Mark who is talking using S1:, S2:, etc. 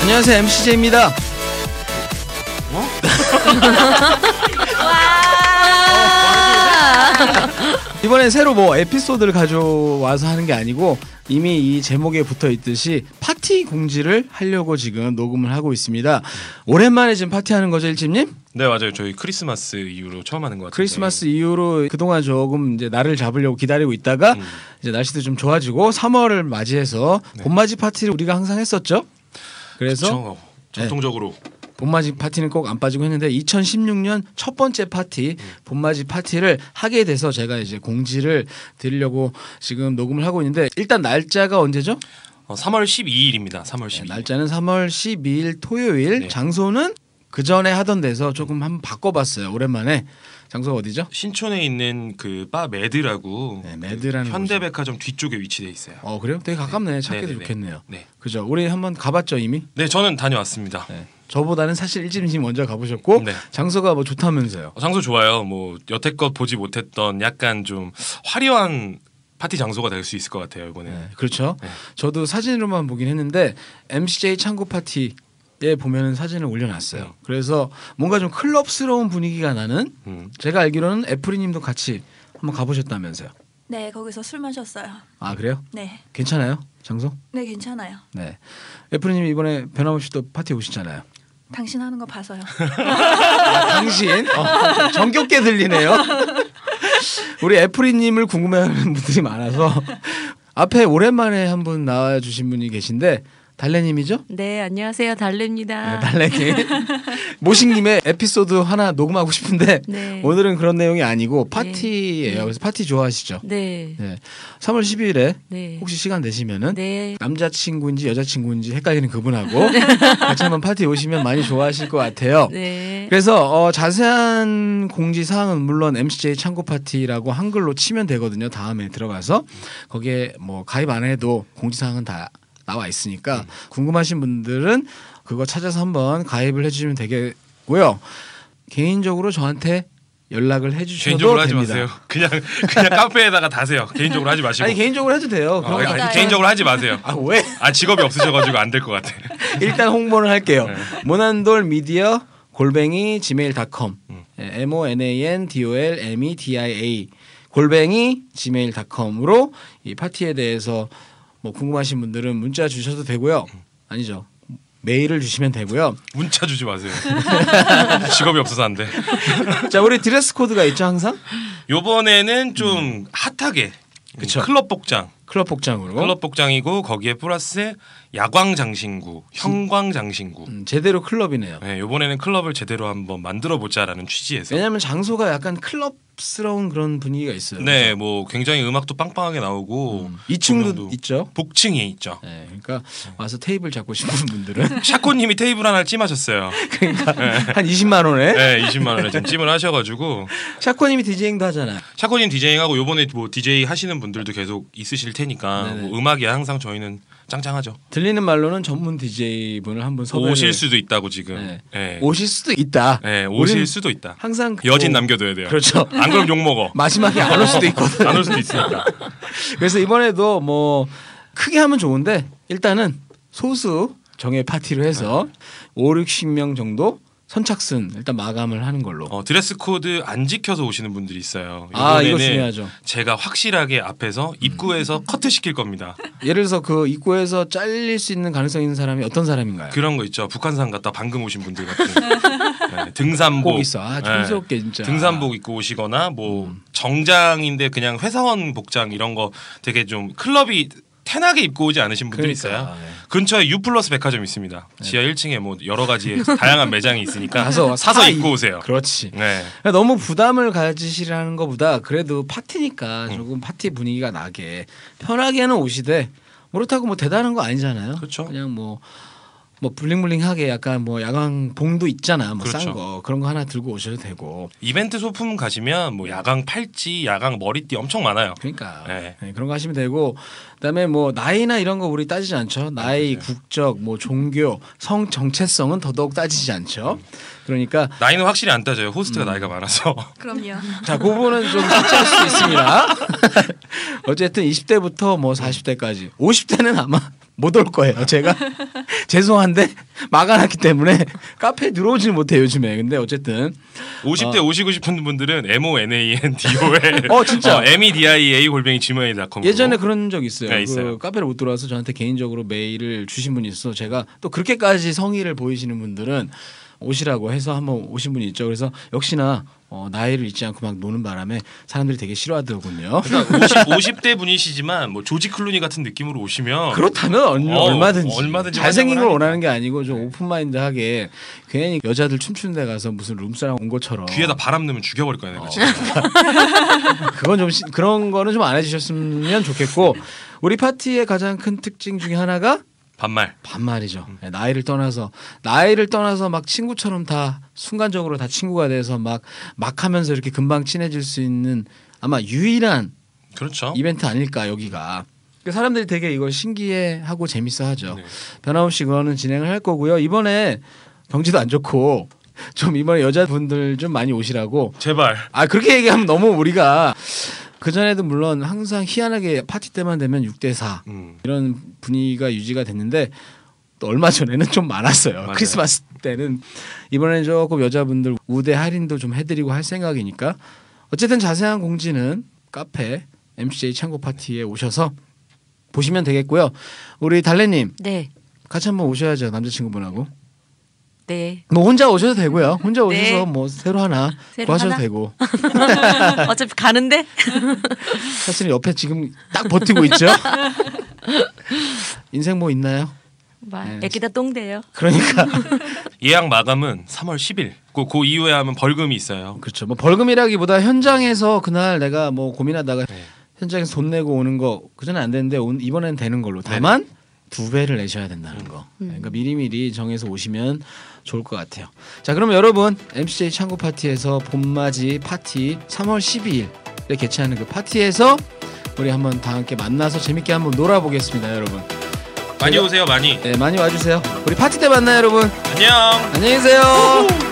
S1: 안녕하세요 MCJ입니다. 이번엔 새로 뭐 에피소드를 가져와서 하는 게 아니고 이미 이 제목에 붙어 있듯이 파티 공지를 하려고 지금 녹음을 하고 있습니다. 오랜만에 지금 파티하는 거죠 일집님?
S2: 네 맞아요. 저희 크리스마스 이후로 처음 하는 것 같아요.
S1: 크리스마스 이후로 그동안 조금 이제 날을 잡으려고 기다리고 있다가
S2: 음.
S1: 이제 날씨도 좀 좋아지고 3월을 맞이해서
S2: 네.
S1: 봄맞이 파티를 우리가 항상 했었죠. 그래서 네.
S2: 그쵸? 전통적으로
S1: 봄맞이 파티는 꼭 안 빠지고 했는데 2016년 첫 번째 파티 봄맞이 파티를 하게 돼서 제가 이제 공지를 드리려고 지금 녹음을 하고 있는데 일단 날짜가 언제죠?
S2: 어, 3월 12일입니다. 3월
S1: 네,
S2: 12일.
S1: 날짜는 3월 12일 토요일
S2: 네.
S1: 장소는 그 전에 하던 데서 조금 한번 바꿔봤어요 오랜만에 장소가 어디죠?
S2: 신촌에 있는 그 바 매드라고
S1: 네, 매드라는
S2: 그 현대백화점 뒤쪽에 위치돼 있어요.
S1: 어 그래요? 되게 가깝네 찾기도
S2: 네네네.
S1: 좋겠네요
S2: 네.
S1: 그죠 우리 한번 가봤죠 이미?
S2: 네, 저는 다녀왔습니다.
S1: 네. 저보다는 사실 일집이 먼저 가보셨고
S2: 네.
S1: 장소가 뭐 좋다면서요
S2: 어, 장소 좋아요. 뭐 여태껏 보지 못했던 약간 좀 화려한 파티 장소가 될 수 있을 것 같아요 이번에.
S1: 네,
S2: 는
S1: 그렇죠.
S2: 네.
S1: 저도 사진으로만 보긴 했는데 MCJ 창고 파티에 보면은 사진을 올려놨어요.
S2: 네.
S1: 그래서 뭔가 좀 클럽스러운 분위기가 나는
S2: 음.
S1: 제가 알기로는 애프리님도 같이 한번 가보셨다면서요.
S3: 네, 거기서 술 마셨어요.
S1: 아 그래요?
S3: 네,
S1: 괜찮아요? 장소?
S3: 네 괜찮아요.
S1: 네. 애프리님 이번에 변함없이 또 파티 오시잖아요.
S3: 당신 하는 거 봐서요.
S1: 아, 당신 어, 정겹게 들리네요. 우리 애프리님을 궁금해하는 분들이 많아서 앞에 오랜만에 한 분 나와주신 분이 계신데 달래님이죠?
S4: 네, 안녕하세요. 달래입니다.
S1: 네, 달래님 모신님의 에피소드 하나 녹음하고 싶은데
S4: 네.
S1: 오늘은 그런 내용이 아니고 파티예요. 그래서 파티 좋아하시죠?
S4: 네.
S1: 네. 3월 12일에
S4: 네.
S1: 혹시 시간 되시면은
S4: 네.
S1: 남자친구인지 여자친구인지 헷갈리는 그분하고 같이 한번 파티 오시면 많이 좋아하실 것 같아요.
S4: 네.
S1: 그래서 어, 자세한 공지 사항은 물론 MCJ 창고 파티라고 한글로 치면 되거든요. 다음에 들어가서 거기에 뭐 가입 안 해도 공지 사항은 다 나와 있으니까
S2: 음.
S1: 궁금하신 분들은 그거 찾아서 한번 가입을 해주시면 되겠고요. 개인적으로 저한테 연락을 해주셔도
S2: 개인적으로 하지
S1: 됩니다.
S2: 마세요. 그냥 그냥 카페에다가 다세요. 개인적으로 하지 마시고.
S1: 아니 개인적으로 해도 돼요.
S2: 어,
S1: 그런
S2: 아니,
S1: 거-
S3: 아니다.
S2: 개인적으로 하지 마세요.
S1: 아 왜?
S2: 아 직업이 없으셔가지고 안 될 것 같아.
S1: 일단 홍보를 할게요.
S2: 네.
S1: 모난돌 미디어 골뱅이 예, gmail.com
S2: 음.
S1: m o n a n d o l m e d i a 골뱅이 gmail.com으로 이 파티에 대해서 뭐 궁금하신 분들은 문자 주셔도 되고요.
S2: 음.
S1: 아니죠. 메일을 주시면 되고요.
S2: 문자 주지 마세요. 직업이 없어서 안 돼.
S1: 자, 우리 드레스 코드가 있죠, 항상?
S2: 요번에는 좀 핫하게
S1: 음.
S2: 음,
S1: 그쵸. 어?
S2: 클럽 복장
S1: 클럽 복장으로.
S2: 클럽 복장이고 거기에 플러스 야광 장신구 형광 장신구
S1: 음, 제대로 클럽이네요.
S2: 네, 요번에는 클럽을 제대로 한번 만들어 보자라는 취지에서
S1: 왜냐면 장소가 약간 클럽스러운 그런 분위기가 있어요.
S2: 네 뭐 굉장히 음악도 빵빵하게 나오고
S1: 음, 2층도
S2: 조명도
S1: 있죠.
S2: 복층이 있죠
S1: 네, 그러니까 와서 테이블 잡고 싶은 분들은
S2: 샤코님이 테이블 하나를 찜하셨어요
S1: 한 20만 원에
S2: 네 20만 원에 지금 찜을 하셔가지고
S1: 샤코님이 디제잉도 하잖아.
S2: 샤코님 디제잉하고 요번에 뭐 디제이 하시는 분들도 계속 있으실 테니까
S1: 네네.
S2: 뭐 음악이야 항상 저희는 짱짱하죠
S1: 들리는 말로는 전문 DJ 분을 한번 섭외를
S2: 오실 수도 있다고 지금
S1: 네.
S2: 네.
S1: 오실 수도 있다.
S2: 네, 오실
S1: 우린
S2: 수도 있다.
S1: 항상 그-
S2: 여진 남겨둬야 돼요.
S1: 그렇죠.
S2: 안 그럼 욕 먹어.
S1: 마지막에 안 올 수도 있거든.
S2: 안 올 수도 있으니까.
S1: 그래서 이번에도 뭐 크게 하면 좋은데 일단은 소수 정예 파티로 해서
S2: 네.
S1: 5, 60명 정도 선착순 일단 마감을 하는 걸로.
S2: 어, 드레스 코드 안 지켜서 오시는 분들이 있어요.
S1: 아, 이거
S2: 이번에는
S1: 중요하죠. 음.
S2: 제가 확실하게 앞에서 입구에서 커트 시킬 겁니다.
S1: 예를 들어서 그 입구에서 잘릴 수 있는 가능성 이 있는 사람이 어떤 사람인가요?
S2: 그런 거 있죠. 북한산 갔다 방금 오신 분들 같은 네, 등산복. 네,
S1: 꼭 있어. 아, 촌스럽게 진짜. 음.
S2: 등산복 입고 오시거나 뭐 정장인데 그냥 회사원 복장 이런 거 되게 좀 클럽이 태나게 입고 오지 않으신 분들이 있어요.
S1: 그러니까, 네.
S2: 근처에 유플러스 백화점 있습니다. 지하 1층에 뭐 여러 가지 다양한 매장이 있으니까
S1: 가서 그러니까.
S2: 사서
S1: 사-
S2: 입고 오세요.
S1: 그렇지.
S2: 네.
S1: 너무 부담을 가지시라는 것보다 그래도 파티니까
S2: 음.
S1: 조금 파티 분위기가 나게 편하게는 오시되 그렇다고 뭐 대단한 거 아니잖아요.
S2: 그렇죠.
S1: 냥 뭐. 뭐 블링블링하게 약간 뭐 야광 봉도 있잖아 뭐 싼
S2: 그렇죠.
S1: 거 그런 거 하나 들고 오셔도 되고
S2: 이벤트 소품 가시면 뭐 야광 팔찌, 야광 머리띠 엄청 많아요.
S1: 그러니까
S2: 네.
S1: 네, 그런 거 하시면 되고 그다음에 뭐 나이나 이런 거 우리 따지지 않죠
S2: 네,
S1: 나이 국적 뭐 종교 성 정체성은 더더욱 따지지 않죠
S2: 음.
S1: 그러니까
S2: 나이는 확실히 안 따져요.
S1: 음.
S2: 호스트가 나이가 많아서.
S3: 그럼요.
S1: 자, 그 부분은 좀 숙제할 수도 있습니다. 어쨌든 20대부터 뭐 40대까지 50대는 아마 못 올 거예요. 제가 죄송한데 막아놨기 때문에 카페에 들어오질 못해 요즘에. 근데 어쨌든
S2: 50대 오시고 싶은 분들은 M O N A N D O L
S1: 어, 진짜.
S2: M E D I A 골뱅이 gmail.com
S1: 예전에 그런 적 있어요.
S2: 네,
S1: 그
S2: 있어요.
S1: 카페를 못 들어와서 저한테 개인적으로 메일을 주신 분이 있어서 제가 또 그렇게까지 성의를 보이시는 분들은 오시라고 해서 한번 오신 분이 있죠. 그래서 역시나 어, 나이를 잊지 않고 막 노는 바람에 사람들이 되게 싫어하더군요.
S2: 그러니까 50, 50대 분이시지만 뭐 조지 클루니 같은 느낌으로 오시면
S1: 그렇다면 얼-
S2: 어,
S1: 얼마든지,
S2: 얼마든지
S1: 잘생긴 걸
S2: 환영을 네.
S1: 원하는 게 아니고 좀 오픈마인드하게 괜히 여자들 춤추는 데 가서 무슨 룸사랑 온 것처럼
S2: 귀에다 바람 넣으면 죽여버릴 거야 내가 진짜.
S1: 어. 그건 좀 시- 그런 거는 좀 안 해주셨으면 좋겠고 우리 파티의 가장 큰 특징 중에 하나가
S2: 반말.
S1: 반말이죠.
S2: 음.
S1: 네, 나이를 떠나서 나이를 떠나서 막 친구처럼 다 순간적으로 다 친구가 돼서 막 막 하면서 이렇게 금방 친해질 수 있는 아마 유일한
S2: 그렇죠.
S1: 이벤트 아닐까 여기가. 어? 그 사람들이 되게 이걸 신기해하고 재밌어하죠.
S2: 네.
S1: 변함없이 그거는 진행을 할 거고요. 이번에 경제도 안 좋고 좀 이번에 여자분들 좀 많이 오시라고.
S2: 제발.
S1: 아 그렇게 얘기하면 너무 우리가 그 전에도 물론 항상 희한하게 파티 때만 되면 6대 4
S2: 음.
S1: 이런 분위기가 유지가 됐는데 또 얼마 전에는 좀 많았어요.
S2: 맞아요.
S1: 크리스마스 때는 이번에는 조금 여자분들 우대 할인도 좀 해드리고 할 생각이니까 어쨌든 자세한 공지는 카페 MCJ 창고 파티에 오셔서 보시면 되겠고요. 우리 달래님
S4: 네.
S1: 같이 한번 오셔야죠 남자친구분하고.
S4: 네.
S1: 뭐 혼자 오셔도 되고요. 혼자 오셔서
S4: 네.
S1: 뭐 새로 하나
S4: 새로
S1: 구하셔도
S4: 하나?
S1: 되고.
S4: 어차피
S1: 네.
S4: 가는데
S1: 사실 옆에 지금 딱 버티고 있죠. 인생 뭐 있나요?
S4: 막
S1: 네.
S4: 애기다 똥대요.
S1: 그러니까
S2: 예약 마감은 3월 10일. 그, 그 이후에 하면 벌금이 있어요.
S1: 그렇죠. 뭐 벌금이라기보다 현장에서 그날 내가 뭐 고민하다가
S2: 네.
S1: 현장에서 돈 내고 오는 거 그전에 안 되는데 온- 이번엔 되는 걸로. 다만 두 배를 내셔야 된다는 거. 그러니까 미리미리 정해서 오시면 좋을 것 같아요. 자, 그러면 여러분 MCJ 창고 파티에서 봄맞이 파티 3월 12일에 개최하는 그 파티에서 우리 한번 다 함께 만나서 재밌게 한번 놀아보겠습니다, 여러분.
S2: 많이 오세요, 많이.
S1: 네, 많이 와주세요. 우리 파티 때 만나요, 여러분.
S2: 안녕.
S1: 안녕히 계세요.